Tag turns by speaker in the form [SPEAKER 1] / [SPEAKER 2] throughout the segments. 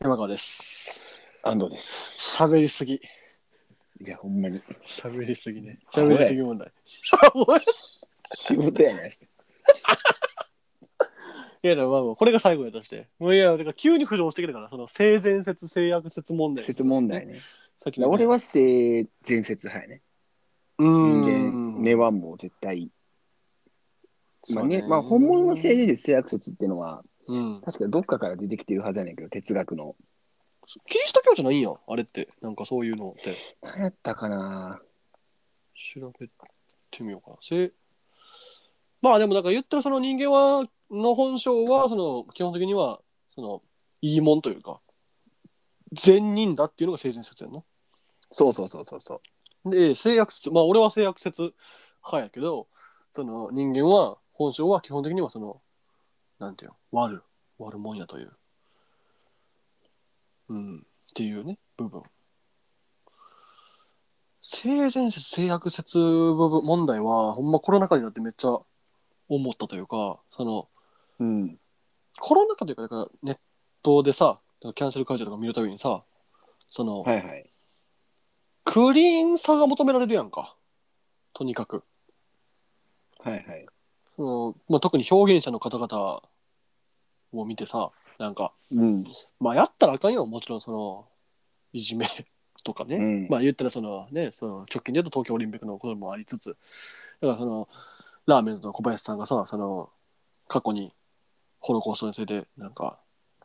[SPEAKER 1] 山川です。
[SPEAKER 2] 安藤です。
[SPEAKER 1] 喋りすぎ。
[SPEAKER 2] いや、ほんまに。
[SPEAKER 1] 喋りすぎね。
[SPEAKER 2] あおい
[SPEAKER 1] 喋りすぎ問題。あおい
[SPEAKER 2] 仕事や ないして。
[SPEAKER 1] いや、でもまあまあこれが最後やとして。もういや、俺が急に浮上してくるから、その性善説、性悪説問題。
[SPEAKER 2] 説問題ね。
[SPEAKER 1] さっきのね
[SPEAKER 2] 俺、は性善説派やね。
[SPEAKER 1] うん
[SPEAKER 2] 人間、根はもう絶対。まあね、まあ本物の性
[SPEAKER 1] 性
[SPEAKER 2] 善説、性悪説っていうのは、
[SPEAKER 1] うん。
[SPEAKER 2] 確かどっかから出てきてるはずやねんけど、哲学の。
[SPEAKER 1] キリスト教じゃないんやん、あれって。なんかそういうのって。
[SPEAKER 2] 何やったかな
[SPEAKER 1] 調べてみようかな。せまあでもなんか言ったらその人間はの本性はその基本的にはそのいいもんというか善人だっていうのが性善説やんな。
[SPEAKER 2] そうそうそうそうそう。
[SPEAKER 1] で性悪説まあ俺は性悪説派やけどその人間は本性は基本的にはそのなんていうの悪悪もんやといううんっていうね部分性善説性悪説部分問題はほんまコロナ禍になってめっちゃ思ったというかその
[SPEAKER 2] うん。
[SPEAKER 1] コロナ禍というかだからネットでさキャンセル解除とか見るたびにさその、
[SPEAKER 2] はいはい。
[SPEAKER 1] クリーンさが求められるやんかとにかく
[SPEAKER 2] はいはい。
[SPEAKER 1] その、まあ、特に表現者の方々を見てさなんか
[SPEAKER 2] うん。
[SPEAKER 1] まあやったらあかんよもちろんそのいじめとかね、
[SPEAKER 2] うん
[SPEAKER 1] まあ言ったらそのねその直近で言うと東京オリンピックのこともありつつだからそのラーメンズの小林さんがさその過去にホロコーストについてなんか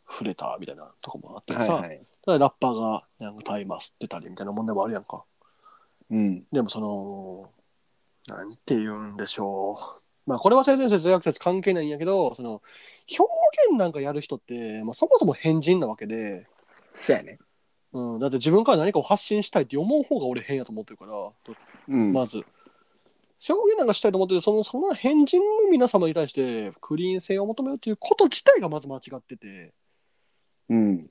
[SPEAKER 1] 触れたみたいなとこもあってさ、
[SPEAKER 2] はいはい。
[SPEAKER 1] ただラッパーがなんか大麻吸ってたりみたいな問題もあるやんか。
[SPEAKER 2] うん。
[SPEAKER 1] でもその、なんて言うんでしょう。まあこれは性善説、性悪説関係ないんやけど、その表現なんかやる人って、まあ、そもそも変人なわけで、
[SPEAKER 2] そうやね。
[SPEAKER 1] うん、だって自分から何かを発信したいって思う方が俺変やと思ってるから、と
[SPEAKER 2] うん。
[SPEAKER 1] まず。表現なんかしたいと思ってるそのその変人の皆様に対してクリーン性を求めるということ自体がまず間違ってて、
[SPEAKER 2] うん。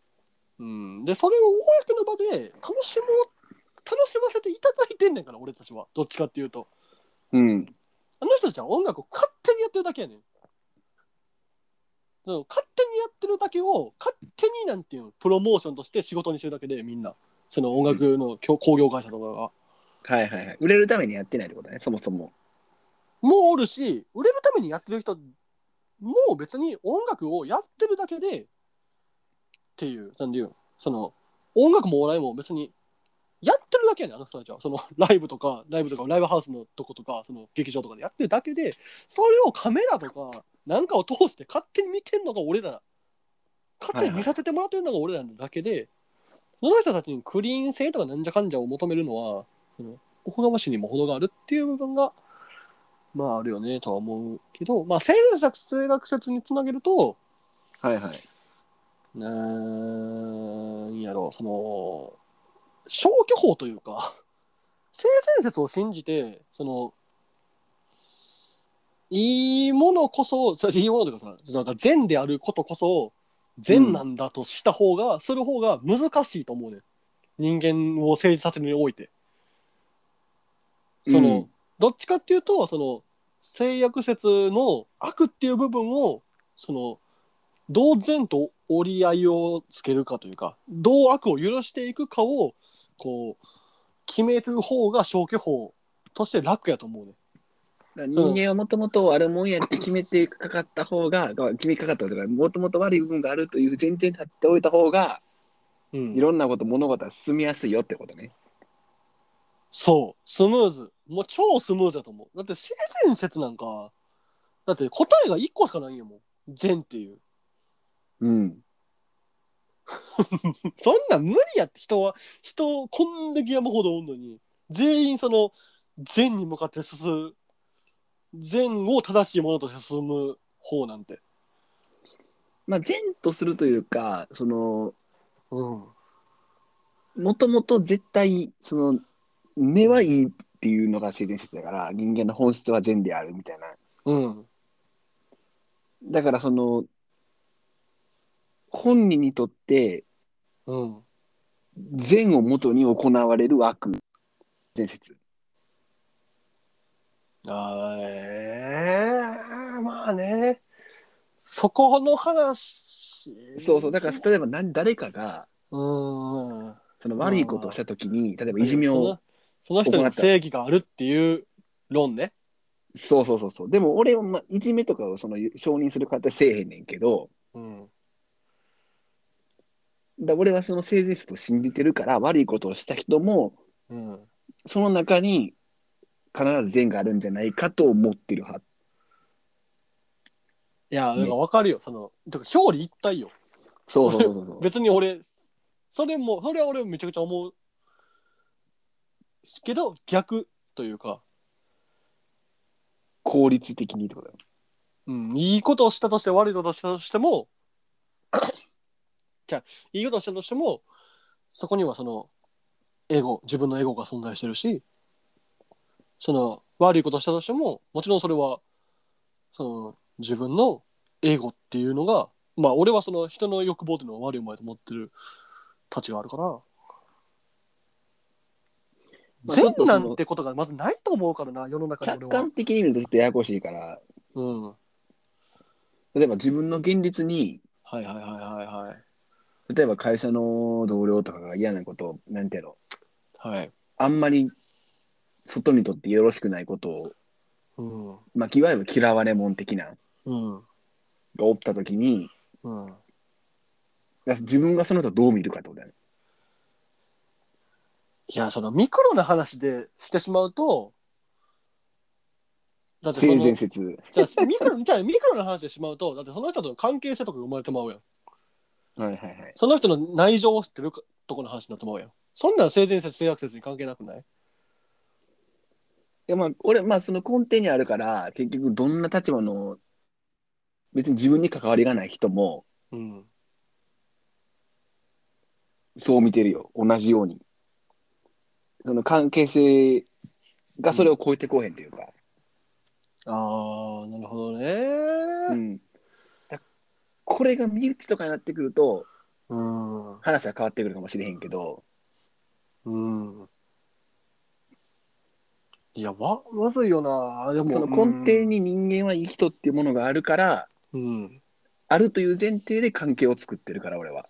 [SPEAKER 1] うん、でそれを公の場で楽しもう楽しませていただいてんねんから俺たちはどっちかっていうと
[SPEAKER 2] うん。
[SPEAKER 1] あの人たちは音楽を勝手にやってるだけやねん。その勝手にやってるだけを勝手になんていうのプロモーションとして仕事にしてるだけでみんなその音楽のきょ興行会社とかが
[SPEAKER 2] はいはいはい。売れるためにやってないってことね、そもそも。
[SPEAKER 1] もうおるし売れるためにやってる人もう別に音楽をやってるだけでっていうなんていうのその音楽もお笑いも別にやってるだけやねんあの人たちはそのライブとかライブとかライブハウスのとことかその劇場とかでやってるだけでそれをカメラとかなんかを通して勝手に見てんのが俺ら勝手に見させてもらってるのが俺らなだけで、その人たちにクリーン性とかなんじゃかんじゃを求めるのはそのおこがましにも程があるっていう部分がまああるよねとは思うけどまあ性学性学説につなげると
[SPEAKER 2] はいはい。
[SPEAKER 1] なんやろその消去法というか 性善説を信じてそのいいものこそそういいものというかさなんか善であることこそ善なんだとした方が、する方が難しいと思うね人間を政治させるにおいてその、
[SPEAKER 2] うん
[SPEAKER 1] どっちかっていうとその性悪説の悪っていう部分をそのどう善と折り合いをつけるかというかどう悪を許していくかをこう決める方が消去法として楽やと思うね。
[SPEAKER 2] だから人間はもともと悪もんやって決めてかかった方が、 が決めかかったとか、もともと悪い部分があるという前提に立っておいた方が、
[SPEAKER 1] うん
[SPEAKER 2] いろんなこと、物事は進みやすいよってことね。
[SPEAKER 1] そうスムーズもう超スムーズだと思うだって性善説なんかだって答えが1個しかないんやもん善っていう
[SPEAKER 2] うん。
[SPEAKER 1] そんなん無理やって人は人こんだけ山ほどおんのに全員その善に向かって進む善を正しいものとして進む方なんて
[SPEAKER 2] まあ、善とするというか、その、
[SPEAKER 1] うん
[SPEAKER 2] もともと絶対、その、根はいいっていうのが性善説だから、人間の本質は善であるみたいな。
[SPEAKER 1] うん
[SPEAKER 2] だから、その、本人にとって
[SPEAKER 1] うん
[SPEAKER 2] 善をもとに行われる悪、善説。
[SPEAKER 1] あーえーまあねそこの話しい。
[SPEAKER 2] そうそう、だから例えば何誰かが
[SPEAKER 1] うーん。
[SPEAKER 2] その悪いことをしたときに、例えばいじめを、
[SPEAKER 1] そのその人にも正義があるっていう論ね。
[SPEAKER 2] そうそうそうそう、でも俺は、まあ、いじめとかをその承認する形せえへんねんけど、
[SPEAKER 1] うん。
[SPEAKER 2] だ俺はその性善説を信じてるから、悪いことをした人も、
[SPEAKER 1] うん。
[SPEAKER 2] その中に必ず善があるんじゃないかと思ってる派。
[SPEAKER 1] いや、
[SPEAKER 2] ね
[SPEAKER 1] なんかわかるよ。その、だから表裏一体よ。
[SPEAKER 2] そうそう そうそう。
[SPEAKER 1] 別に俺、それも、それは俺めちゃくちゃ思う。けど、逆というか、
[SPEAKER 2] 効率的にってことだよ。
[SPEAKER 1] うん、いいことをしたとして悪いことをしたとしても じゃあいいことをしたとしてもそこにはそのエゴ自分のエゴが存在してるしその悪いことをしたとしてももちろんそれはその自分のエゴっていうのがまあ俺はその人の欲望っていうのは悪いもんやと思ってるたちがあるから
[SPEAKER 2] まあちょ
[SPEAKER 1] 善
[SPEAKER 2] っとその
[SPEAKER 1] なんてことがまずないと思うからな世の中に俺
[SPEAKER 2] 客
[SPEAKER 1] は
[SPEAKER 2] 観。的に見るとちょっとややこしいから、
[SPEAKER 1] うん、はい
[SPEAKER 2] 例えば自分の現実に、
[SPEAKER 1] はいはいはいはい。
[SPEAKER 2] 例えば会社の同僚とかが嫌なことを、なんていうの、
[SPEAKER 1] はい。
[SPEAKER 2] あんまり外にとってよろしくないことを、
[SPEAKER 1] うん。
[SPEAKER 2] まあ、いわゆる嫌われ者的な、
[SPEAKER 1] うん。
[SPEAKER 2] が起きたときに、
[SPEAKER 1] うん。
[SPEAKER 2] 自分がその人をどう見るかってことだよね。
[SPEAKER 1] いや、そのミクロな話でしてしまうと、だってそ
[SPEAKER 2] 性
[SPEAKER 1] の
[SPEAKER 2] 善、説。
[SPEAKER 1] じゃあミクロ、じゃあミクロな話でしまうと、だってその人との関係性とかが生まれてまうやん。
[SPEAKER 2] はいはいはい。
[SPEAKER 1] その人の内情を知ってるかとこの話になってまうやん。そんなん性善説、性悪説に関係なくない
[SPEAKER 2] でまあ、俺、まあ、その根底にあるから、結局、どんな立場の、別に自分に関わりがない人も、
[SPEAKER 1] うん。
[SPEAKER 2] そう見てるよ。同じように。その関係性がそれを超えてこうへんというか。
[SPEAKER 1] ああ、なるほどね。
[SPEAKER 2] うん。だこれが身内とかになってくると、
[SPEAKER 1] うん。
[SPEAKER 2] 話は変わってくるかもしれへんけど、
[SPEAKER 1] うん。いや、わ、まずいよな。でも、
[SPEAKER 2] その根底に人間はいい人っていうものがあるから、
[SPEAKER 1] うん、うん。
[SPEAKER 2] あるという前提で関係を作ってるから、俺は。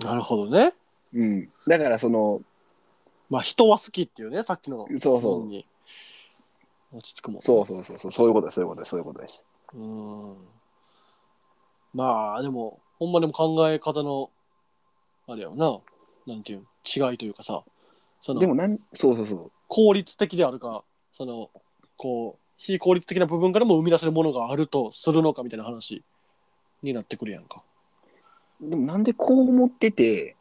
[SPEAKER 1] なるほどね。
[SPEAKER 2] うん。だから、その、
[SPEAKER 1] まあ、人は好きっていうね、さっきの。
[SPEAKER 2] そう
[SPEAKER 1] そ
[SPEAKER 2] そう。
[SPEAKER 1] に落ち着くもん
[SPEAKER 2] そうそうそうそう、そういうことです、そういうことです、そういうことです。
[SPEAKER 1] うーんまあでもほんまでも考え方のあれやろななんていうん違いというかさそ
[SPEAKER 2] で
[SPEAKER 1] の
[SPEAKER 2] もなん、そうそうそう。
[SPEAKER 1] 効率的であるかそのこう非効率的な部分からも生み出せるものがあるとするのかみたいな話になってくるやんか
[SPEAKER 2] でもなんでこう思ってて、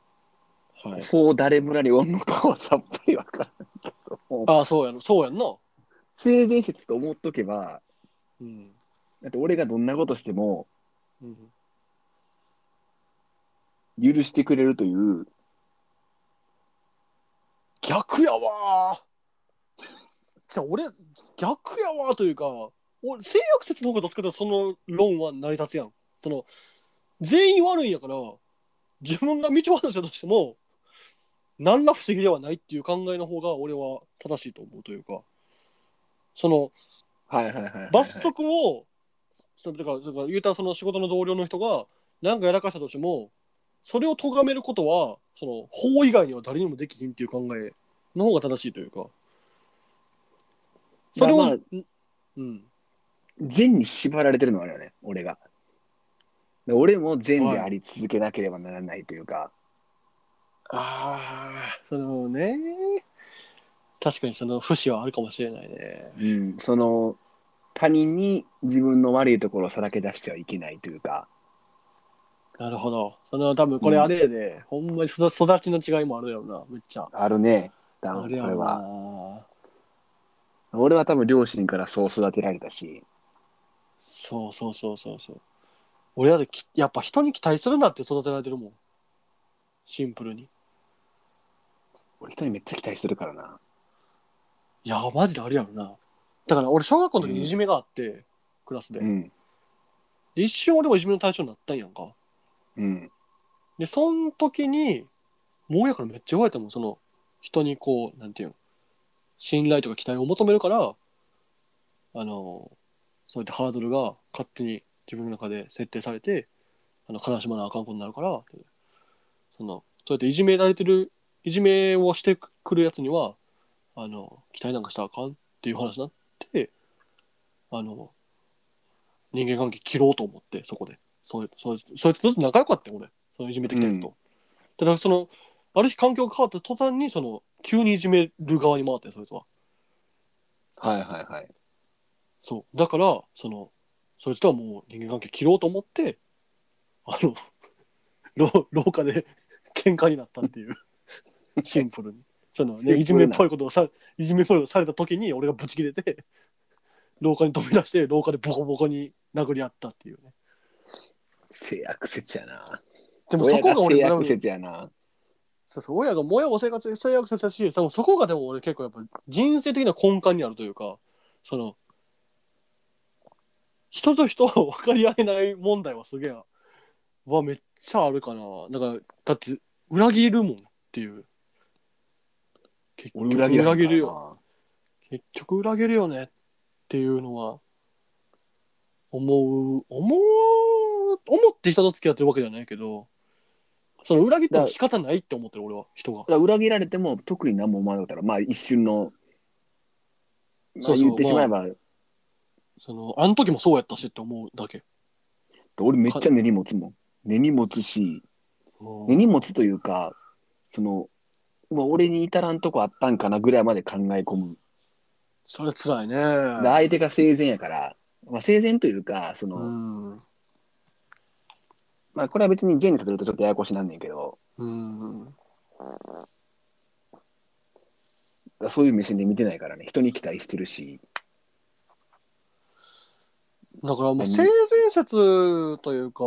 [SPEAKER 1] はい
[SPEAKER 2] こう誰村におんのかはさっぱりわからんけど、もう
[SPEAKER 1] ああそうやんそうやんな
[SPEAKER 2] 性善説と思っとけば、
[SPEAKER 1] うん、
[SPEAKER 2] だって俺がどんなことしても
[SPEAKER 1] うん、
[SPEAKER 2] 許してくれるという、
[SPEAKER 1] 逆やわーじゃあ俺逆やわーというか俺性悪説の方がどっちかというとその論は成り立つやんその全員悪いんやから自分が道を外したとしても何ら不思議ではないっていう考えの方が俺は正しいと思うというかその
[SPEAKER 2] はいはいはいはいはい
[SPEAKER 1] 罰則をそのだからだから言うたらその仕事の同僚の人が何かやらかしたとしてもそれを咎めることはその法以外には誰にもできひんっていう考えの方が正しいというかそれを、
[SPEAKER 2] まあまあ
[SPEAKER 1] うん
[SPEAKER 2] 善に縛られてるのはあれよね、俺が。で俺も善であり続けなければならないというか、
[SPEAKER 1] ああそのね確かにその不死はあるかもしれないね
[SPEAKER 2] うん、その他人に自分の悪いところをさらけ出してはいけないというか、
[SPEAKER 1] なるほどその多分これあれやで、ほんまに育育ちの違いもあるやろなめっちゃ
[SPEAKER 2] あるね、多
[SPEAKER 1] あ
[SPEAKER 2] 分
[SPEAKER 1] るや
[SPEAKER 2] これ
[SPEAKER 1] ろ
[SPEAKER 2] は。
[SPEAKER 1] な
[SPEAKER 2] 俺は多分両親からそう育てられたし、
[SPEAKER 1] そうそうそうそうそう。俺はできやっぱ人に期待するなって育てられてるもん。シンプルに。
[SPEAKER 2] 俺人にめっちゃ期待するからな。
[SPEAKER 1] いや、マジであるやろな。だから俺、小学校の時にいじめがあって、クラスで。
[SPEAKER 2] うん、
[SPEAKER 1] で、一瞬俺もいじめの対象になったんやんか。
[SPEAKER 2] うん、
[SPEAKER 1] で、その時に、もうやからめっちゃ言われたもん、その、人にこう、なんていうの、信頼とか期待を求めるから、あの、そういったハードルが勝手に自分の中で設定されて、あの悲しまなあかんことになるからってそのそうやっていじめられてるいじめをしてくるやつにはあの期待なんかしたらあかんっていう話になってあの人間関係切ろうと思ってそこでそいそいつそいつとずつ仲良かったよ俺そのいじめてきたやつと。でだからそのある日環境が変わった途端にその急にいじめる側に回ってそいつは。
[SPEAKER 2] はいはいはい。
[SPEAKER 1] そう。だから、その、そいつとはもう人間関係切ろうと思って、あの、 廊廊下で 喧嘩になったって いう、シンプルに。その
[SPEAKER 2] シンプル
[SPEAKER 1] ね、
[SPEAKER 2] ない
[SPEAKER 1] じめっぽいことをさ、いじめっぽいことされた時に俺がブチ切れて、廊下に飛び出して、廊下でボコボコに殴り合ったっていうね。
[SPEAKER 2] 性悪説やな。
[SPEAKER 1] でもそ
[SPEAKER 2] 親
[SPEAKER 1] こ
[SPEAKER 2] が
[SPEAKER 1] が俺
[SPEAKER 2] 性
[SPEAKER 1] が
[SPEAKER 2] 悪説やな。
[SPEAKER 1] そうそう、親が、親も生活で最悪させたし、そのそこがでも俺結構やっぱ人生的な根幹にあるというか、その、人と人を分かり合えない問題はすげえ、はめっちゃあるかな。だから、だって、裏切るもんっていう。結局
[SPEAKER 2] 俺裏切らんからな
[SPEAKER 1] 裏切るよ。。結局裏切るよねっていうのは思う思う思って人と付き合ってるわけじゃないけどその裏切っても仕方ないって思ってる俺は人が
[SPEAKER 2] だから裏切られても特に何も思わなかったら、まあ一瞬の、ま
[SPEAKER 1] そ
[SPEAKER 2] あ、
[SPEAKER 1] うそう
[SPEAKER 2] 言ってしまえば、
[SPEAKER 1] そのあの時もそうやったしって思うだけ、
[SPEAKER 2] 俺めっちゃ根に持つもん。根に持つし、
[SPEAKER 1] うん
[SPEAKER 2] 根に持つというか、その、まあ、俺に至らんとこあったんかなぐらいまで考え込む。
[SPEAKER 1] それ辛いね
[SPEAKER 2] で相手が生前やから、まあ、生前というか、その、
[SPEAKER 1] うん
[SPEAKER 2] まあこれは別に前に立てるとちょっとややこしなんねんけど、
[SPEAKER 1] うん
[SPEAKER 2] そういう目線で見てないからね、人に期待してるし、
[SPEAKER 1] だからもう性善説というか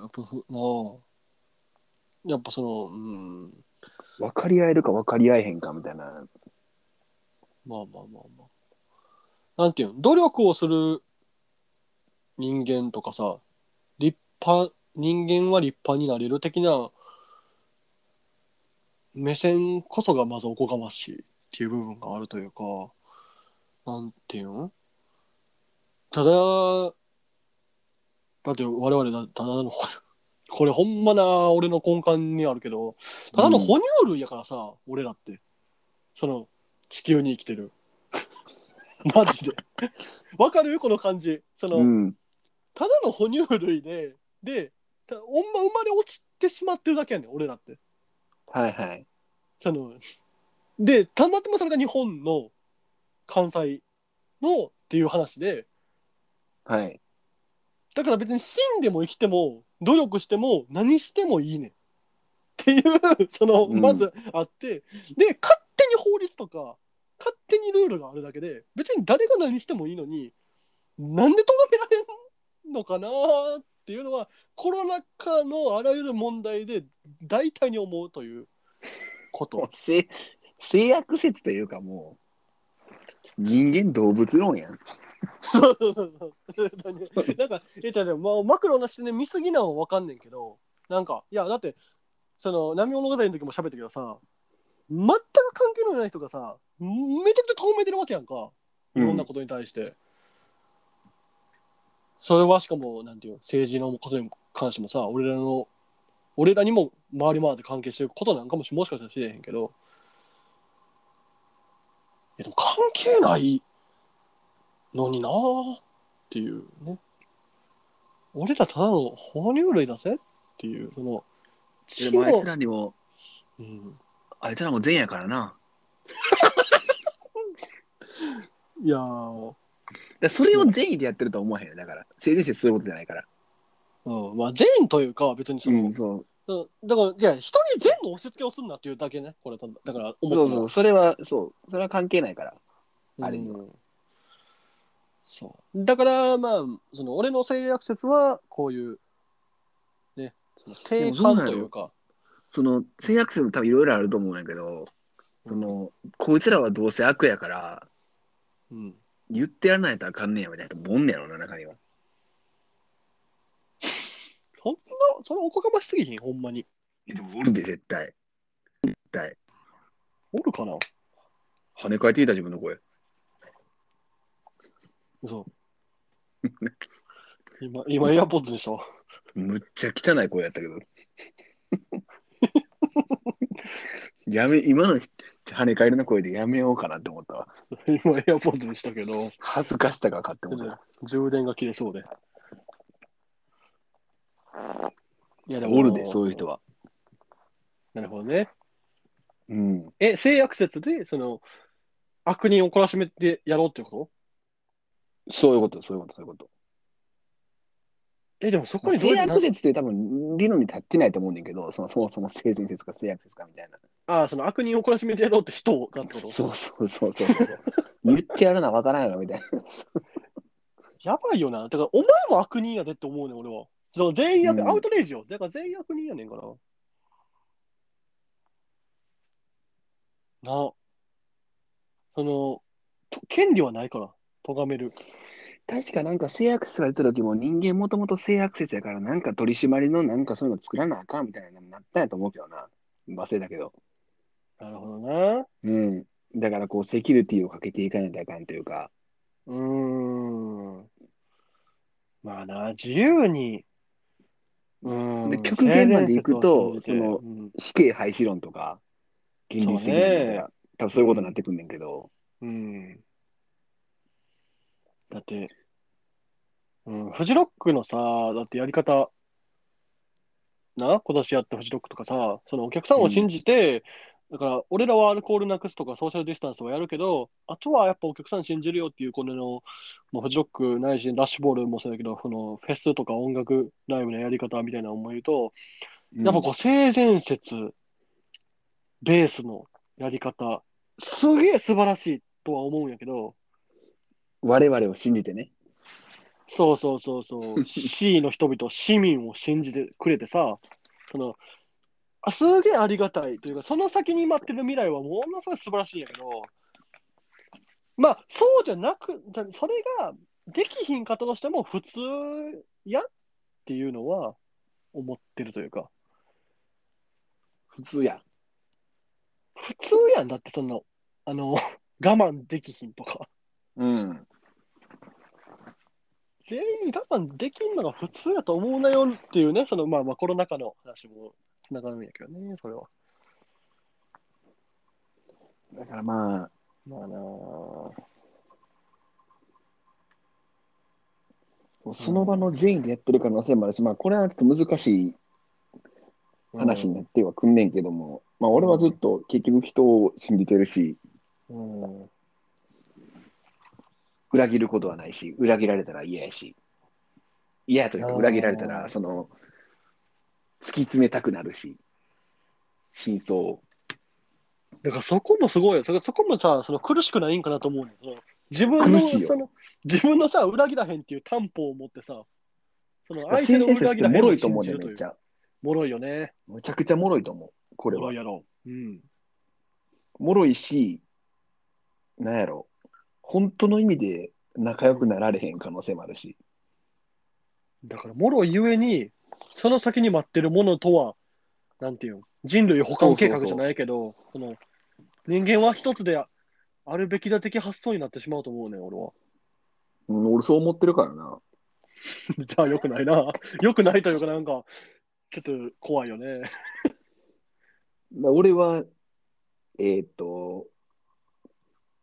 [SPEAKER 1] やっぱそなあやっぱそのうん
[SPEAKER 2] 分かり合えるか分かり合えへんかみたいな。
[SPEAKER 1] まあまあまあまあ。なんていうの努力をする人間とかさ、立派、人間は立派になれる的な目線こそがまずおこがましいっていう部分があるというか、なんていうんただ、だって我々だ、ただの哺乳、 これほんまな、俺の根幹にあるけど、ただの哺乳類やからさ、俺らって。その、地球に生きてる マジでわかるこの感じその、
[SPEAKER 2] うん。
[SPEAKER 1] ただの哺乳類ででたほんま生まれ落ちてしまってるだけやねん俺らって
[SPEAKER 2] はいはい。
[SPEAKER 1] そのでたまたまそれが日本の関西のっていう話で
[SPEAKER 2] はい。
[SPEAKER 1] だから別に死んでも生きても努力しても何してもいいねんっていうその
[SPEAKER 2] うん
[SPEAKER 1] まずあって、で勝手に法律とか勝手にルールがあるだけで別に誰が何してもいいのになんでとがめられんのかなっていうのはコロナ禍のあらゆる問題で大体に思うというこ
[SPEAKER 2] もう
[SPEAKER 1] と
[SPEAKER 2] 性性悪説というかもう、人間動物論やん。
[SPEAKER 1] そうそうそうそうなんかえじゃあでも、まあ、マクロな視点で見すぎなのは分かんねんけどなんかいやだってその波物語の時も喋ったけどさ全く関係のない人がさめちゃくちゃ遠めてるわけやんかいろんなことに対して、それはしかもなんていうの政治のことに関してもさ俺らの俺らにも回り回って関係してることなんかもしもしかしたら知れへんけどいやでも関係ないのになーっていうね俺らただの哺乳類だぜっていうその
[SPEAKER 2] で
[SPEAKER 1] 地
[SPEAKER 2] もあい
[SPEAKER 1] の
[SPEAKER 2] つ、らにも、
[SPEAKER 1] うん、
[SPEAKER 2] あいつらも善やからな。
[SPEAKER 1] いやー
[SPEAKER 2] だからそれを善意でやってるとは思わへんよだから、性善説そういうことじゃないから。
[SPEAKER 1] うん、まあ善というか別にその、
[SPEAKER 2] うん、そう。
[SPEAKER 1] だから、じゃあ、人に善の押し付けをすんなっていうだけね、これ、だだから、思
[SPEAKER 2] そ
[SPEAKER 1] っ
[SPEAKER 2] う
[SPEAKER 1] た
[SPEAKER 2] そ
[SPEAKER 1] の
[SPEAKER 2] う、それは、そう、それは関係ないから。あれに
[SPEAKER 1] うんそう。だから、まあ、その、俺の性悪説は、こういう、ね、その定感というか、
[SPEAKER 2] その、性悪説も多分いろいろあると思うんやけど、その、こいつらはどうせ悪やから、
[SPEAKER 1] うん。
[SPEAKER 2] 言ってやらないとあかんねやみたいな人もおんねやろな、中には。
[SPEAKER 1] ほんま、それおこがましすぎひん、ほんまに。
[SPEAKER 2] いやでもおるで、絶対。絶対。
[SPEAKER 1] おるかな
[SPEAKER 2] 跳ね返っていた自分の声。
[SPEAKER 1] そう。今、今、エアポッドでしょ。
[SPEAKER 2] むっちゃ汚い声やったけど。やめ、今の跳ね返りの声でやめようかなって思ったわ。
[SPEAKER 1] 今、エアポッドでしたけど、
[SPEAKER 2] 恥ずかしさが勝って思った。
[SPEAKER 1] 充電が切れそうで。いや
[SPEAKER 2] おるで、そういう人
[SPEAKER 1] は。
[SPEAKER 2] は。
[SPEAKER 1] なるほどね。
[SPEAKER 2] うん。
[SPEAKER 1] え、性悪説で、その、悪人を懲らしめてやろうってこと
[SPEAKER 2] そういうこと、そういうこと、そういうこと。
[SPEAKER 1] え、でもそこ
[SPEAKER 2] まあ
[SPEAKER 1] にどう
[SPEAKER 2] 性
[SPEAKER 1] やって
[SPEAKER 2] 悪説という多分理論に立ってないと思うねんだけど、そのそもそも性善説か性悪説かみたいな。
[SPEAKER 1] ああ、その悪人を懲らしめてやろうって人だってこと
[SPEAKER 2] そうそうそうそうそう。言ってやるのは分からんやろみたいな。
[SPEAKER 1] やばいよな。だから、お前も悪人やでって思うねん、俺は。その全員悪、
[SPEAKER 2] うん
[SPEAKER 1] アウトレイジよ。だから全員悪人やねんから。なあ。その、と権利はないから、咎める。
[SPEAKER 2] 確かなんか性悪説が出た時も人間もともと性悪説やからなんか取り締まりのなんかそういうの作らなあかんみたいなのになったんやと思うけどな。忘れだけど。
[SPEAKER 1] なるほどな。
[SPEAKER 2] うん。だからこうセキュリティをかけていかないとあかんというか。
[SPEAKER 1] うーん。まあな、自由に。うーん。
[SPEAKER 2] で極限まで行くと
[SPEAKER 1] 性善説を信じて
[SPEAKER 2] その
[SPEAKER 1] うん
[SPEAKER 2] 死刑廃止論とか、現実的なんだった
[SPEAKER 1] そう
[SPEAKER 2] ら、多分そういうことになってくんねんけど。
[SPEAKER 1] うんだって、うん、フジロックのさ、だってやり方、な、今年やったフジロックとかさ、そのお客さんを信じて、だから、俺らはアルコールなくすとか、ソーシャルディスタンスはやるけど、あとはやっぱお客さん信じるよっていう、このの、まあ、フジロックないし、ラッシュボールもそうだけど、このフェスとか音楽ライブのやり方みたいなのを思いると、やっぱこう、性善説ベースのやり方、すげえ素晴らしいとは思うんやけど、
[SPEAKER 2] うん我々を信じてね。
[SPEAKER 1] そうそうそう そう、C の人々、市民を信じてくれてさ、そのあすげえありがたいというか、その先に待ってる未来はものすごい素晴らしいんやけど、まあ、そうじゃなく、だそれができひんかったとしても、普通やっていうのは思ってるというか、
[SPEAKER 2] 普通や。
[SPEAKER 1] 普通やんだって、そんな、あの、 我慢できひんとか。
[SPEAKER 2] うん。
[SPEAKER 1] 全員我慢できんのが普通だと思うなよっていうね、そのまあまあコロナ禍の話もつながるんやけどね、それは。
[SPEAKER 2] だからまあ、
[SPEAKER 1] まあな
[SPEAKER 2] その場の善意でやってる可能性もあるし、まあこれはちょっと難しい話になってはくんねんけども、まあ俺はずっと結局人を信じてるし、
[SPEAKER 1] うん。うん
[SPEAKER 2] 裏切ることはないし、裏切られたら嫌やし、嫌やというか
[SPEAKER 1] あー
[SPEAKER 2] 裏切られたら、その、突き詰めたくなるし、真相を。
[SPEAKER 1] だからそこもすごいよ。そこそこもさ、その苦しくないんかなと思うねんその自分
[SPEAKER 2] 苦
[SPEAKER 1] の
[SPEAKER 2] しいよ
[SPEAKER 1] その自分のさ、裏切らへんっていう担保を持ってさ、その相手
[SPEAKER 2] 先
[SPEAKER 1] の
[SPEAKER 2] 生
[SPEAKER 1] 裏
[SPEAKER 2] 説っ
[SPEAKER 1] 切
[SPEAKER 2] て
[SPEAKER 1] らへ
[SPEAKER 2] も
[SPEAKER 1] ん
[SPEAKER 2] ろ
[SPEAKER 1] を
[SPEAKER 2] いと
[SPEAKER 1] 信
[SPEAKER 2] 思う
[SPEAKER 1] じ
[SPEAKER 2] ねん、
[SPEAKER 1] るとい
[SPEAKER 2] めっ
[SPEAKER 1] う
[SPEAKER 2] ち。ゃ。
[SPEAKER 1] もろいよね。
[SPEAKER 2] むちゃくちゃもろいと思う、こ
[SPEAKER 1] も
[SPEAKER 2] れ
[SPEAKER 1] ろ。
[SPEAKER 2] はい
[SPEAKER 1] やろう。うん。
[SPEAKER 2] もろいし、なんやろ、本当の意味で仲良くなられへん可能性もあるし。
[SPEAKER 1] だから、もろゆえに、その先に待ってるものとは、なんていうん、人類保管計画じゃないけど、その人間は一つでああるべきだ的発想になってしまうと思うねん、俺は。
[SPEAKER 2] うん、俺そう思ってるからな。
[SPEAKER 1] じゃあ、よくないな。よくないというか、なんか、ちょっと怖いよね。
[SPEAKER 2] だ俺は、えっ、と、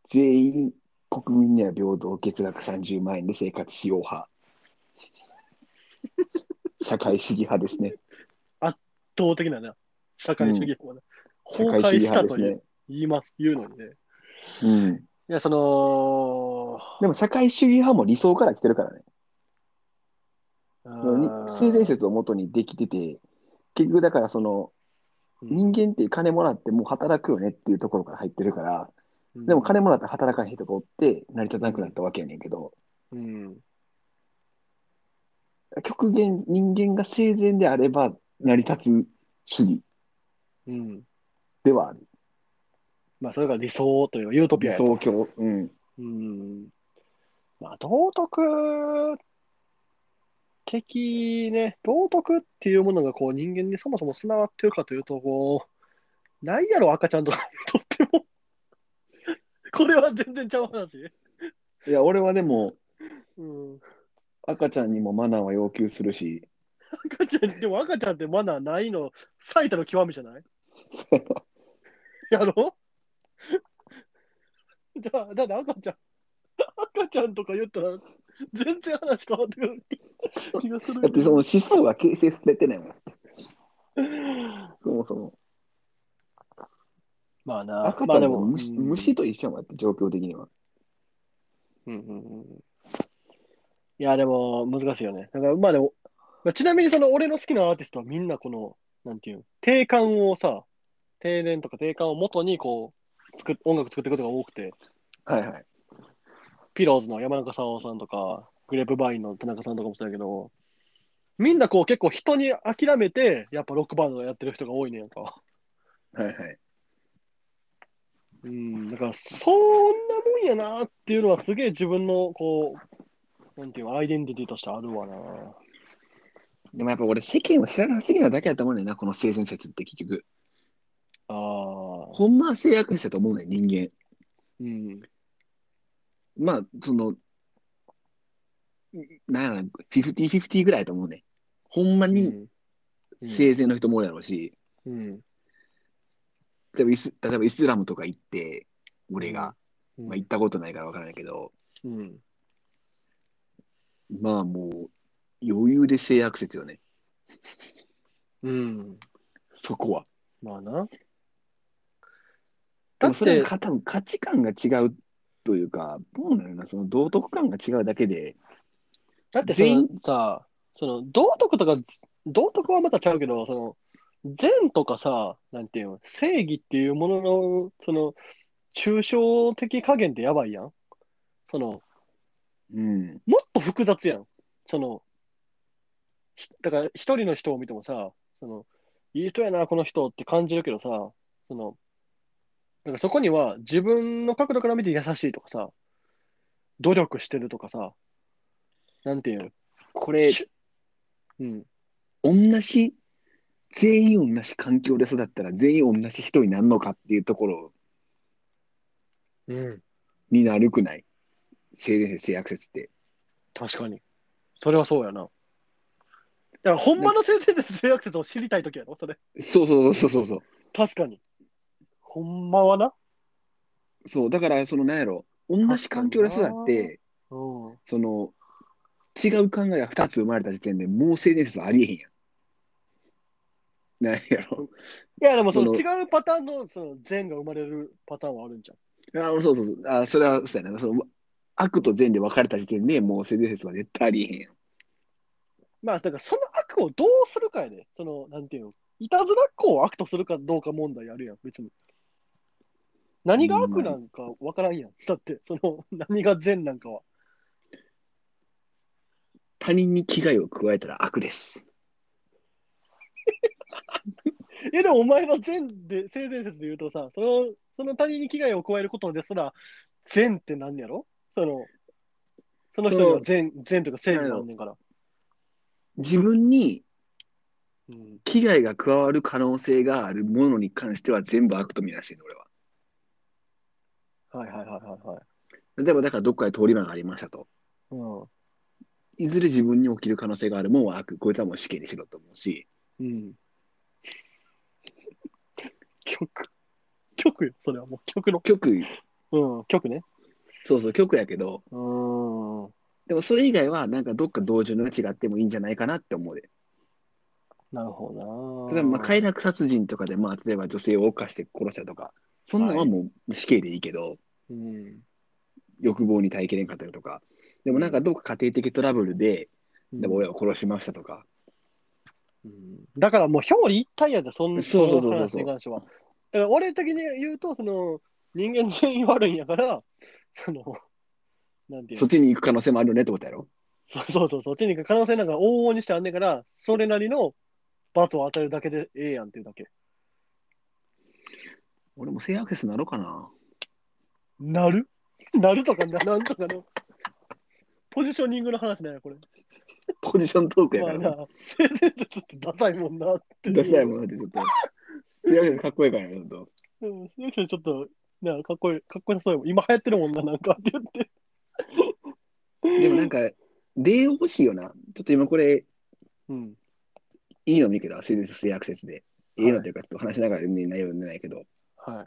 [SPEAKER 2] 全員国民には平等、月額30万円で生活しよう 派。社会主義派ですね。
[SPEAKER 1] 圧倒的なな、社会主義法はね、
[SPEAKER 2] 社会主
[SPEAKER 1] 崩
[SPEAKER 2] 義
[SPEAKER 1] 壊した
[SPEAKER 2] 派で
[SPEAKER 1] と
[SPEAKER 2] す
[SPEAKER 1] 言
[SPEAKER 2] ね
[SPEAKER 1] う。言います、言うのにね。
[SPEAKER 2] うん、
[SPEAKER 1] いや、その、
[SPEAKER 2] でも社会主義派も理想から来てるからね。
[SPEAKER 1] う
[SPEAKER 2] に
[SPEAKER 1] ん
[SPEAKER 2] 性善説をもとにできてて、結局だからその、人間って金もらってもう働くよねっていうところから入ってるから、でも金もらって働かへん人がおって成り立たなくなったわけやねんけど、
[SPEAKER 1] うん、
[SPEAKER 2] 極限、人間が生前であれば成り立つ主義
[SPEAKER 1] うん。
[SPEAKER 2] ではある。
[SPEAKER 1] まあ、それが理想というか、ユートピ
[SPEAKER 2] 理
[SPEAKER 1] アやと
[SPEAKER 2] 想郷。うん。
[SPEAKER 1] うんまあ、道徳的ね、道徳っていうものがこう人間にそもそも備わってるかというと、こう、ないやろ、赤ちゃんとかにとっても。 これは全然ちゃう話。
[SPEAKER 2] いや、俺はでも、
[SPEAKER 1] うん。
[SPEAKER 2] 赤ちゃんにもマナーは要求するし、
[SPEAKER 1] 赤ちゃん、でも赤ちゃんってマナーないの、最多の極みじゃ ないやろ じゃあ、だって赤ちゃん、赤ちゃんとか言ったら、全然話変わってくる気がする。
[SPEAKER 2] だってその思想が形成されてないもん。 そもそも。
[SPEAKER 1] まあな、
[SPEAKER 2] 赤ち
[SPEAKER 1] ま
[SPEAKER 2] ゃ
[SPEAKER 1] あ
[SPEAKER 2] ん
[SPEAKER 1] で
[SPEAKER 2] で
[SPEAKER 1] も
[SPEAKER 2] も虫,、虫と一緒やもんだって、状況的には。
[SPEAKER 1] うんうんうんうんいや、でも難しいよね。だから、まあでも、まあ、ちなみにその俺の好きなアーティストはみんなこの、なんていうん、定感をさ、定年とか定感を元にこう、作っ音楽作っていくことが多くて、
[SPEAKER 2] はいはい。
[SPEAKER 1] ピローズの山中沢さんとか、グレープバインの田中さんとかもそうだけど、みんなこう結構人に諦めて、やっぱロックバンドやってる人が多いねんか。
[SPEAKER 2] はいはい。
[SPEAKER 1] うん、だからそんなもんやなっていうのはすげえ自分のこう、なんていうのアイデンティティとしてあるわな。
[SPEAKER 2] でもやっぱ俺、世間を知らなすぎなだけだと思うねんな、この性善説って結局。
[SPEAKER 1] ああ、
[SPEAKER 2] ほんまは性悪者と思うねん、人間。
[SPEAKER 1] うん。
[SPEAKER 2] まあ、その、なんやろな、50-50ぐらいだと思うねん。ほんまに生前の人もおるやろうし、
[SPEAKER 1] うん。
[SPEAKER 2] 例えばイス例えばイスラムとか行って、俺が、
[SPEAKER 1] うん
[SPEAKER 2] まあ、行ったことないから分からないけど、
[SPEAKER 1] うん。
[SPEAKER 2] まあもう余裕で性悪説よね、
[SPEAKER 1] うん。
[SPEAKER 2] そこは。
[SPEAKER 1] まあな。
[SPEAKER 2] で
[SPEAKER 1] だ
[SPEAKER 2] も
[SPEAKER 1] っ
[SPEAKER 2] それ
[SPEAKER 1] て
[SPEAKER 2] は、多分価値観が違うというか、どうなのかな、その道徳感が違うだけで、
[SPEAKER 1] だってそ
[SPEAKER 2] 全
[SPEAKER 1] の
[SPEAKER 2] 員
[SPEAKER 1] さ、その道徳とか、道徳はまたちゃうけど、その善とかさ、なんていうの、正義っていうものの、その、抽象的加減ってやばいやん。その、
[SPEAKER 2] うん、
[SPEAKER 1] もっと複雑やん。その、ひだから一人の人を見てもさ、その、いい人やな、この人って感じるけどさ、その、なんかそこには自分の角度から見て優しいとかさ、努力してるとかさ、なんていう
[SPEAKER 2] これ、
[SPEAKER 1] の、うん。
[SPEAKER 2] 同じ、全員同じ環境で育ったら、全員同じ人になるのかっていうところ
[SPEAKER 1] うん。
[SPEAKER 2] になるくない、性善説、性悪説って。
[SPEAKER 1] 確かに。それはそうやな。だから、ほんまの先生です、性悪説を知りたいときやろ、それ。
[SPEAKER 2] そうそうそうそうそう。
[SPEAKER 1] 確かに。ほんまはな。
[SPEAKER 2] そうだから、その、なんやろ、同じ環境で育って、
[SPEAKER 1] うん。
[SPEAKER 2] その、違う考えが2つ生まれた時点でもう性善説はありえへんやん。なんやろ。
[SPEAKER 1] いや、でもそ
[SPEAKER 2] そ
[SPEAKER 1] の
[SPEAKER 2] の
[SPEAKER 1] 違うパターンのその善が生まれるパターンはあるんじゃん。
[SPEAKER 2] あそうそうそう。あそれはそうやな。その悪と善で分かれた時点でもう性善説は絶対ありえへんやん。
[SPEAKER 1] まあ、だからその悪をどうするかやで、その、なんていうの、いたずらっ子を悪とするかどうか問題あるやん、別に。何が悪なんかわからんやん。だって、その、何が善なんかは。
[SPEAKER 2] 他人に危害を加えたら悪です。
[SPEAKER 1] え、でもお前の善で、性善説で言うとさ、その、その他人に危害を加えることですら、善ってなんやろその、その人には善、善というか正義があんねんから。
[SPEAKER 2] 自分に
[SPEAKER 1] うん。
[SPEAKER 2] 危害が加わる可能性があるものに関しては全部悪とみなしてるの俺は。
[SPEAKER 1] はいはいはいはいはい。
[SPEAKER 2] 例えば、だからどっかで通り魔がありましたと。
[SPEAKER 1] うん。
[SPEAKER 2] いずれ自分に起きる可能性があるもんは悪。こいつはもう死刑にしろと思うし。
[SPEAKER 1] うん。 曲。曲よ、それはもう曲の。
[SPEAKER 2] 極、
[SPEAKER 1] うん、曲ね。
[SPEAKER 2] そうそう、極やけど、
[SPEAKER 1] うーん。
[SPEAKER 2] でもそれ以外はなんかどっか同情の違ってもいいんじゃないかなって思うで。
[SPEAKER 1] なるほどな。
[SPEAKER 2] 例えばまあ快楽殺人とかで、まあ、例えば女性を犯して殺したとか、そんなのはもう死刑でいいけど、
[SPEAKER 1] うん。
[SPEAKER 2] 欲望に耐えきれんかったりとか、でもなんかどうか家庭的トラブルで、でも
[SPEAKER 1] うん
[SPEAKER 2] 親を殺しましたとか、
[SPEAKER 1] うんだからもう表裏一体やで、そん
[SPEAKER 2] そうそうそうそう
[SPEAKER 1] の話に関しては。だから俺的に言うと、その、人間全員悪いんやから、その、なんていう
[SPEAKER 2] そっ
[SPEAKER 1] の
[SPEAKER 2] ちに行く可能性もあるよねってことやろ。
[SPEAKER 1] そうそうそう、そっちに行く可能性なんか往々にしてあんねんから、それなりの罰を与えるだけでええやんっていうだけ。
[SPEAKER 2] 俺も性アクセスなろうかな。
[SPEAKER 1] なるなるとかな、なんとかの。ポジショニングの話だよ、これ。
[SPEAKER 2] ポジショントークや
[SPEAKER 1] ま
[SPEAKER 2] か
[SPEAKER 1] あ
[SPEAKER 2] ら
[SPEAKER 1] な
[SPEAKER 2] な。、
[SPEAKER 1] 性善説ってダサいもんなって。
[SPEAKER 2] ダサいもんだってちょっと。性アクセスかっこいいからね、ちょっと。
[SPEAKER 1] うん。性善説ちょっと、なかっこいい、かっこよさそうやもん。今流行ってるもんな、なんかって言って。
[SPEAKER 2] でもなんか、例欲しいよな。ちょっと今これ、
[SPEAKER 1] うん。
[SPEAKER 2] いいの見るけど、セー性アクセスで。
[SPEAKER 1] はい
[SPEAKER 2] いいのというか、ちょっと話しながら読んで内容読んでないけど、
[SPEAKER 1] はい。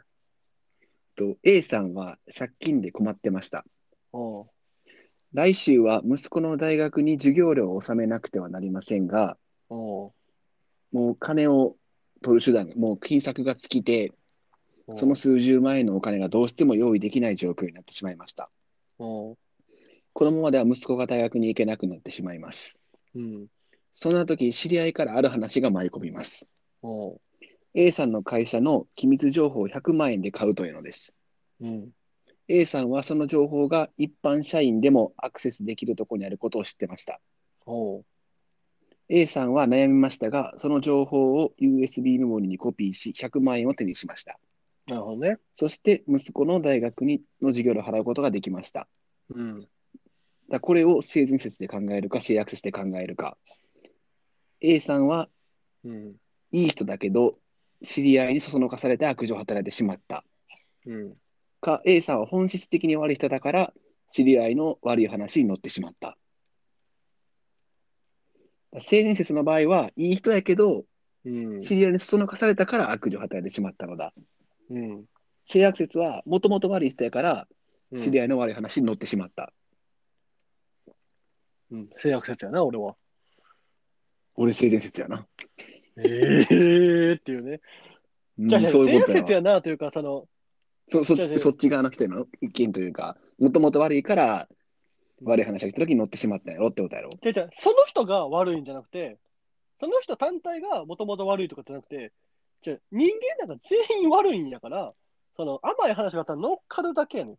[SPEAKER 2] と A さんは借金で困ってました。
[SPEAKER 1] おう
[SPEAKER 2] 来週は息子の大学に授業料を納めなくてはなりませんが、
[SPEAKER 1] おう
[SPEAKER 2] もう金を取る手段が、もう金策が尽きて、
[SPEAKER 1] おう
[SPEAKER 2] その数十万円のお金がどうしても用意できない状況になってしまいました。
[SPEAKER 1] おう
[SPEAKER 2] このままでは息子が大学に行けなくなってしまいます。
[SPEAKER 1] うん。
[SPEAKER 2] そんな時、知り合いからある話が舞い込みます。
[SPEAKER 1] おう
[SPEAKER 2] A さんの会社の機密情報を100万円で買うというのです。
[SPEAKER 1] うん。
[SPEAKER 2] A さんはその情報が一般社員でもアクセスできるところにあることを知ってました。
[SPEAKER 1] おう
[SPEAKER 2] A さんは悩みましたが、その情報を USB メモリにコピーし、100万円を手にしました。
[SPEAKER 1] なるほどね。
[SPEAKER 2] そして、息子の大学にの授業料を払うことができました。
[SPEAKER 1] うん。
[SPEAKER 2] だからこれを性善説で考えるか、性アクセスで考えるか。A さんは
[SPEAKER 1] うん。
[SPEAKER 2] いい人だけど、知り合いにそそのかされて悪女を働いてしまった。
[SPEAKER 1] うん。
[SPEAKER 2] か、A さんは本質的に悪い人だから、知り合いの悪い話に乗ってしまった。性善説の場合は、いい人やけど、
[SPEAKER 1] うん。
[SPEAKER 2] 知り合いにそそのかされたから悪女を働いてしまったのだ。
[SPEAKER 1] うん。
[SPEAKER 2] 性悪説は、もともと悪い人やから、
[SPEAKER 1] うん
[SPEAKER 2] 知り合いの悪い話に乗ってしまった。
[SPEAKER 1] うん。性悪説やな、俺は。
[SPEAKER 2] 俺、性善説やな。
[SPEAKER 1] えーっていうね。
[SPEAKER 2] うん
[SPEAKER 1] じゃあ、
[SPEAKER 2] そう
[SPEAKER 1] 性
[SPEAKER 2] いう
[SPEAKER 1] 悪
[SPEAKER 2] ことや
[SPEAKER 1] 説
[SPEAKER 2] わ
[SPEAKER 1] やなというか、その、
[SPEAKER 2] そそ
[SPEAKER 1] じゃあじゃあ
[SPEAKER 2] そっち側の人への意見というか、もともと悪いから、悪い
[SPEAKER 1] 話。
[SPEAKER 2] 話が来た時に乗ってしまったんやろってことやろ。
[SPEAKER 1] じゃあじゃあその人が悪いんじゃなくて、その人単体がもともと悪いとかじゃなくて、じゃあ人間なんか全員悪いんやから、その甘い話があったら乗っかるだけやねん。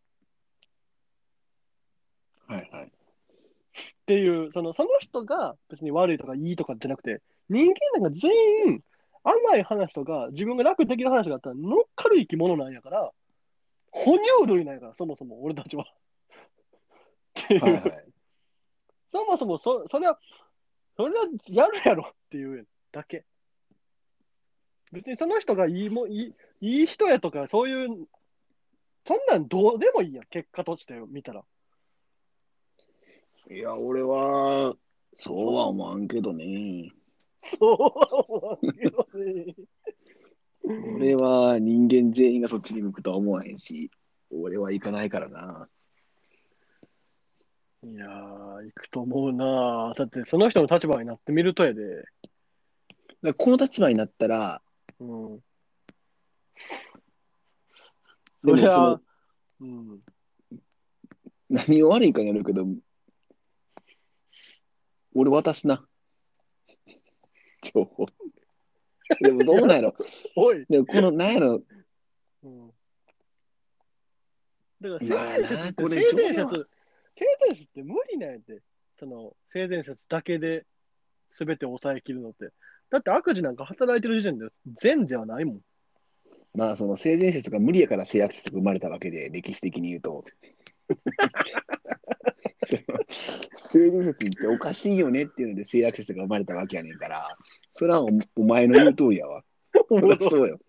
[SPEAKER 2] はいはい。
[SPEAKER 1] っていう、そのその人が別に悪いとかいいとかじゃなくて、人間なんか全員甘い話とか自分が楽できる話があったら乗っかる生き物なんやから、哺乳類なんやから、そもそも俺たちは。 っていう、
[SPEAKER 2] はいはい。
[SPEAKER 1] そもそもそそれは、それはやるやろっていうだけ。別にその人がいいもんいいいい人やとか、そういう、そんなんどうでもいいやん、結果として見たら。
[SPEAKER 2] いや、俺は、そうは思わんけどね。
[SPEAKER 1] そうは思うけど ね。
[SPEAKER 2] 俺は人間全員がそっちに向くとは思わへんし、俺は行かないからな。
[SPEAKER 1] いやー、行くと思うなぁ。だって、その人の立場になってみるとやで。
[SPEAKER 2] だからこの立場になったら、
[SPEAKER 1] うん。
[SPEAKER 2] で
[SPEAKER 1] そ
[SPEAKER 2] も
[SPEAKER 1] りゃ
[SPEAKER 2] その
[SPEAKER 1] うん。
[SPEAKER 2] 何を悪いかによるけど、俺渡すな。 情報。でもどうなんやろ。
[SPEAKER 1] おい。
[SPEAKER 2] でもこの、なんやろ、
[SPEAKER 1] うん。だか
[SPEAKER 2] ま
[SPEAKER 1] ら
[SPEAKER 2] あ
[SPEAKER 1] 性善
[SPEAKER 2] な、
[SPEAKER 1] 説って、
[SPEAKER 2] これ
[SPEAKER 1] 性善
[SPEAKER 2] 冗談
[SPEAKER 1] 説、性善説って無理なんやって。その、性善説だけで全て抑えきるのって。だって悪事なんか働いてる時点で善ではない もん。
[SPEAKER 2] まあその性善説が無理やから性悪説が生まれたわけで、歴史的に言 うと。その性善説っておかしいよねっていうので性悪説が生まれたわけやねんから、それはおお前の言う通りやわ。そりゃそうよ。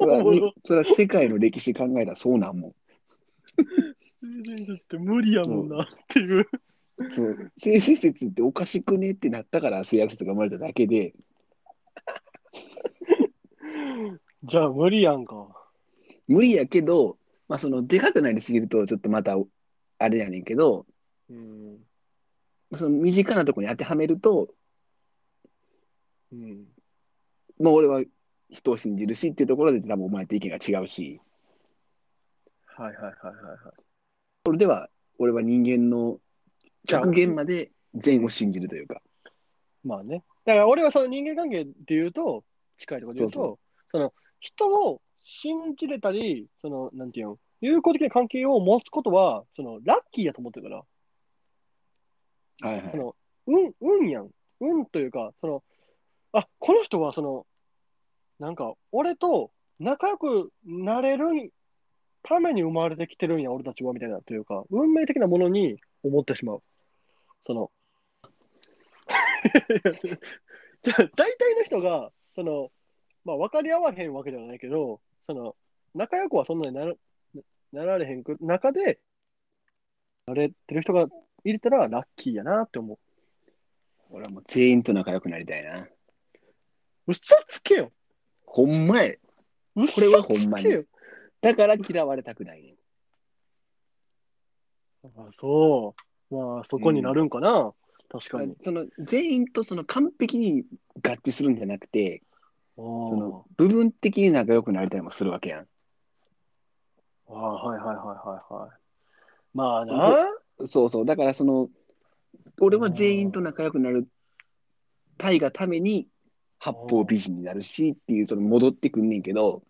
[SPEAKER 2] それは
[SPEAKER 1] おもろ
[SPEAKER 2] にそれは世界の歴史考えたらそうなんもん。
[SPEAKER 1] 性善説って無理やもんなっていう。
[SPEAKER 2] そう性善説っておかしくねってなったから性悪説が生まれただけで、
[SPEAKER 1] じゃあ無理やんか。
[SPEAKER 2] 無理やけど、まあそのでかくなりすぎるとちょっとまたあれやねんけど、
[SPEAKER 1] うん。
[SPEAKER 2] その身近なとこに当てはめると、
[SPEAKER 1] うん。
[SPEAKER 2] もう俺は人を信じるしっていうところで多分お前と意見が違うし、
[SPEAKER 1] はいはいはいはいはい。
[SPEAKER 2] それでは俺は人間の極限まで善を信じるというか。
[SPEAKER 1] まあね。だから俺はその人間関係で言うと、近いところで言うと、そ
[SPEAKER 2] そうそ
[SPEAKER 1] の人を信じれたり、その、なんていうの、友好的な関係を持つことは、その、ラッキーやと思ってるから、
[SPEAKER 2] はいは
[SPEAKER 1] その、運、運やん。運というか、その、あ、この人はその、なんか、俺と仲良くなれるんために生まれてきてるんや、俺たちは、みたいな、というか、運命的なものに思ってしまう。その、 じゃあ、大体の人が、その、まあ、分かり合わへんわけではないけど、その、仲良くはそんなにならなられへんく中で、なれてる人が入れたらラッキーやなって思う。
[SPEAKER 2] 俺はもう全員と仲良くなりたいな。
[SPEAKER 1] 嘘つけよ
[SPEAKER 2] ほんまや。
[SPEAKER 1] 嘘つ
[SPEAKER 2] これはほんまに
[SPEAKER 1] けよ
[SPEAKER 2] だから嫌われたくないねん。
[SPEAKER 1] あそう。まあ、そこになるんかな、確かに。
[SPEAKER 2] その全員とその完璧に合致するんじゃなくて、
[SPEAKER 1] あ
[SPEAKER 2] その
[SPEAKER 1] ー
[SPEAKER 2] 部分的に仲良くなりたりもするわけやん。
[SPEAKER 1] あー、はいはいはいはいはい。まあな、
[SPEAKER 2] そうそう。だからその、俺は全員と仲良くなるたいがために八方美人になるしっていう、その戻ってくんねんけど、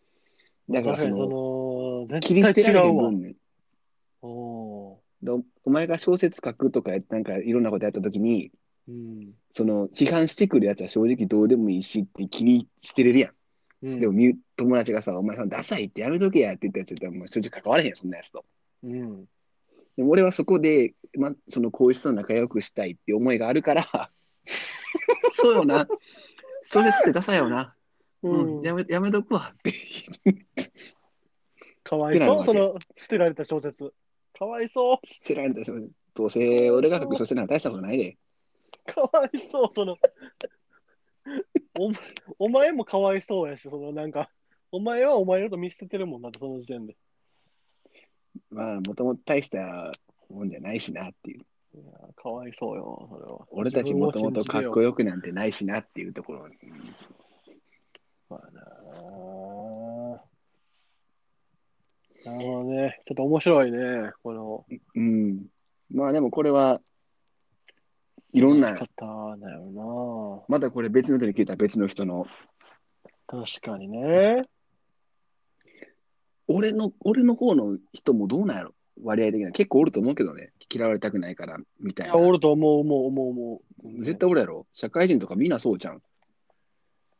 [SPEAKER 2] だから
[SPEAKER 1] 確か
[SPEAKER 2] そ
[SPEAKER 1] に
[SPEAKER 2] の、
[SPEAKER 1] その、
[SPEAKER 2] 切り捨
[SPEAKER 1] 絶
[SPEAKER 2] てら
[SPEAKER 1] 対
[SPEAKER 2] れ
[SPEAKER 1] 違
[SPEAKER 2] へん
[SPEAKER 1] うわ
[SPEAKER 2] 分。ねん
[SPEAKER 1] おー
[SPEAKER 2] だお前が小説書くとかや、なんかいろんなことやったときに、
[SPEAKER 1] うん。
[SPEAKER 2] その批判してくるやつは正直どうでもいいしって気に捨てれるやん。
[SPEAKER 1] うん
[SPEAKER 2] でもみ友達がさ、お前さんダサいってやめとけやって言ったやつやったらもう正直関われへんよ、そんなやつと。
[SPEAKER 1] うん。
[SPEAKER 2] でも俺はそこで、ま、その皇室と仲良くしたいって思いがある から、そうよな。小説ってダサいよな。うん、やめやめとくわって。
[SPEAKER 1] かわいそう、その、捨てられた小説。かわいそう。
[SPEAKER 2] 捨てられたし、どうせ俺が書く小説なんか大したことないで。
[SPEAKER 1] かわいそう、その。おお前もかわいそうやし、そのなんか、お前はお前のこと見捨ててるもんなって、その時点で。
[SPEAKER 2] まあ、もともと大したもんじゃないしなっていう。
[SPEAKER 1] いやかわいそうよ、それは。
[SPEAKER 2] 俺たちもともとかっこよくなんてないしなっていうところに。
[SPEAKER 1] まあなあなるほどね。ちょっと面白いね。この、
[SPEAKER 2] うん。まあでもこれはいろんな、
[SPEAKER 1] 方だよ
[SPEAKER 2] またこれ別の人に聞いた別の人の、
[SPEAKER 1] な。確かにね。
[SPEAKER 2] 俺の、俺の方の人もどうなんやろ割合的な。結構おると思うけどね。嫌われたくないから、みたい
[SPEAKER 1] い
[SPEAKER 2] な
[SPEAKER 1] や、。おると思う、思う、思う、思う。
[SPEAKER 2] 絶対おるやろ社会人とかみんなそうじゃん。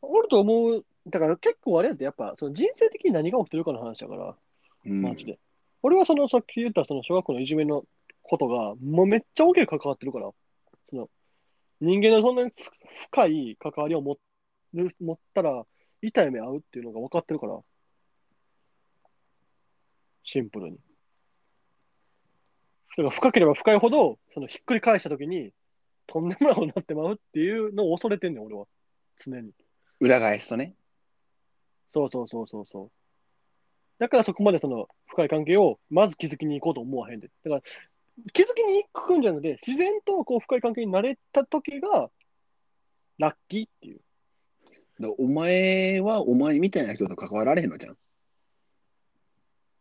[SPEAKER 1] おると思う。だから結構あれやって、やっぱその人生的に何が起きてるかの話だから、
[SPEAKER 2] うん、
[SPEAKER 1] マジで。俺はそのさっき言ったその小学校のいじめのことが、もうめっちゃ大きく関わってるから、その人間のそんなにつ深い関わりを持る持ったら、痛い目合うっていうのが分かってるから、シンプルに。それが深ければ深いほど、そのひっくり返したときに、とんでもないことになってまうっていうのを恐れてんねん、俺は。常に。
[SPEAKER 2] 裏返すとね。
[SPEAKER 1] そうそうそうそうそう。だからそこまでその深い関係をまず気づきに行こうと思わへんで。だから気づきに行くんじゃなくて、自然とこう深い関係になれた時がラッキーっていう。
[SPEAKER 2] だからお前はお前みたいな人と関わられへんのじゃん。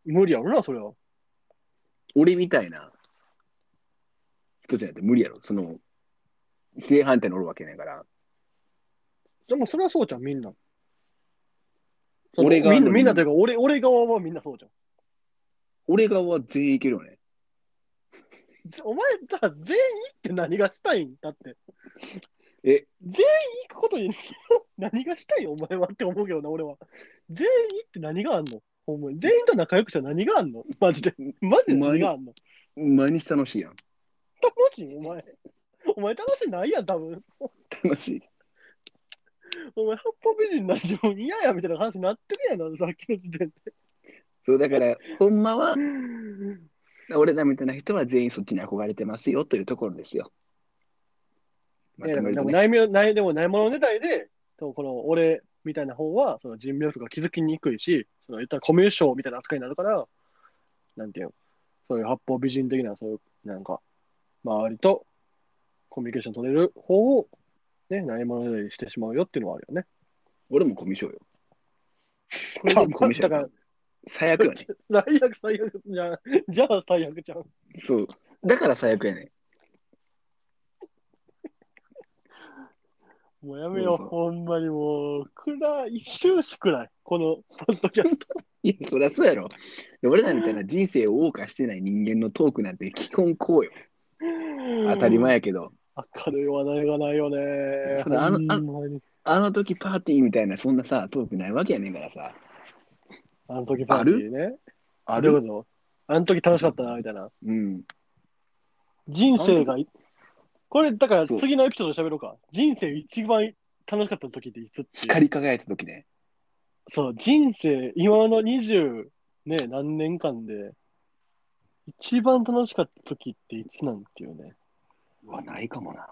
[SPEAKER 1] 無理やろな、それは。
[SPEAKER 2] 俺みたいな人じゃなくて無理やろ。その、正反対におるわけないから。
[SPEAKER 1] でもそれはそうじゃん、みんな。その
[SPEAKER 2] 俺側
[SPEAKER 1] みん
[SPEAKER 2] の
[SPEAKER 1] なみんなというか俺、俺側はみんなそうじゃん。
[SPEAKER 2] 俺側は全員いけるよね。
[SPEAKER 1] ぜお前さ、全員って何がしたいんだって。
[SPEAKER 2] え、
[SPEAKER 1] 全員行くことに何がしたいお前はって思うけどな、俺は。全員行って何があんのほんまに全員と仲良くしたら何があんのマジで。マジで何があんの
[SPEAKER 2] 毎日楽しいやん。
[SPEAKER 1] 楽しいお前。お前楽しいないやん、多分。
[SPEAKER 2] 楽しい。
[SPEAKER 1] お前、八方美人な自分嫌やみたいな話になってるやんな、さっきの時点で。
[SPEAKER 2] そうだから、ほんまは、俺らみたいな人は全員そっちに憧れてますよというところですよ。ま
[SPEAKER 1] いや
[SPEAKER 2] と
[SPEAKER 1] で
[SPEAKER 2] め
[SPEAKER 1] も
[SPEAKER 2] る
[SPEAKER 1] で
[SPEAKER 2] と
[SPEAKER 1] も
[SPEAKER 2] ね、
[SPEAKER 1] ないもないでもないものねだりで、そうこの俺みたいな方はその人脈が気づきにくいし、その言ったらコミュ障みたいな扱いになるから、なんていうのそういう八方美人的な、そういう、なんか、周りとコミュニケーション取れる方を、ね、ないものねだりしてしまうよっていうのはあるよね。
[SPEAKER 2] 俺もコミュ障よ。俺もコミュ
[SPEAKER 1] だから
[SPEAKER 2] 障。 最悪よね。
[SPEAKER 1] 最悪、最悪じゃん。じゃあ最悪じゃん。
[SPEAKER 2] そう。だから最悪やね。
[SPEAKER 1] もうやめよ
[SPEAKER 2] そう
[SPEAKER 1] う、
[SPEAKER 2] そう
[SPEAKER 1] ほんまにもう、暗い、終始暗い、このポッドキャスト。
[SPEAKER 2] いや、そりゃそうやろ。で俺らみたいな人生を謳歌してない人間のトークなんて基本こうよ。当たり前やけど、
[SPEAKER 1] 明るい話題がないよね。
[SPEAKER 2] それあ
[SPEAKER 1] ほ
[SPEAKER 2] の
[SPEAKER 1] んまに
[SPEAKER 2] あの時パーティーみたいなそんなさ、トークないわけやねんからさ。
[SPEAKER 1] あの時パーティーね。
[SPEAKER 2] あ
[SPEAKER 1] どういうことあの時楽しかったな、みたいな。
[SPEAKER 2] うん。
[SPEAKER 1] 人生がい、これ、だから
[SPEAKER 2] そう
[SPEAKER 1] 次のエピソードで喋ろうか。人生一番楽しかった時っていつっていう
[SPEAKER 2] 光り輝いた時ね。
[SPEAKER 1] そう、人生、今の20、ね、何年間で、一番楽しかった時っていつなんていうね。
[SPEAKER 2] うわ、ないかもな。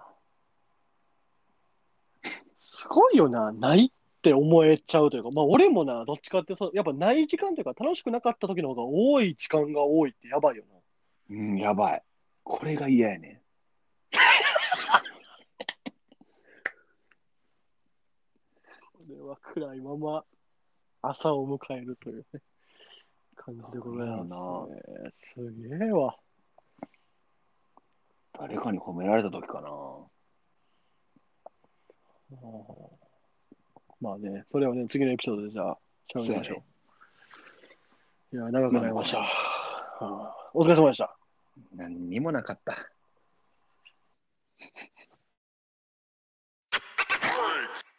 [SPEAKER 1] すごいよな、ないって思えちゃうというか、まあ、俺もな、どっちかってそう、やっぱない時間というか、楽しくなかった時の方が多い時間が多いってやばいよな。
[SPEAKER 2] うん、やばい。これが嫌やね
[SPEAKER 1] これは暗いまま朝を迎えるという、ね、感じでございます、ね。すげえわ。
[SPEAKER 2] 誰かに褒められた時かな。
[SPEAKER 1] あーまあね、それをね、次のエピソードでじゃあ、調べましょう。いや、長くなりました。あーお疲れ様でした。
[SPEAKER 2] 何にもなかった。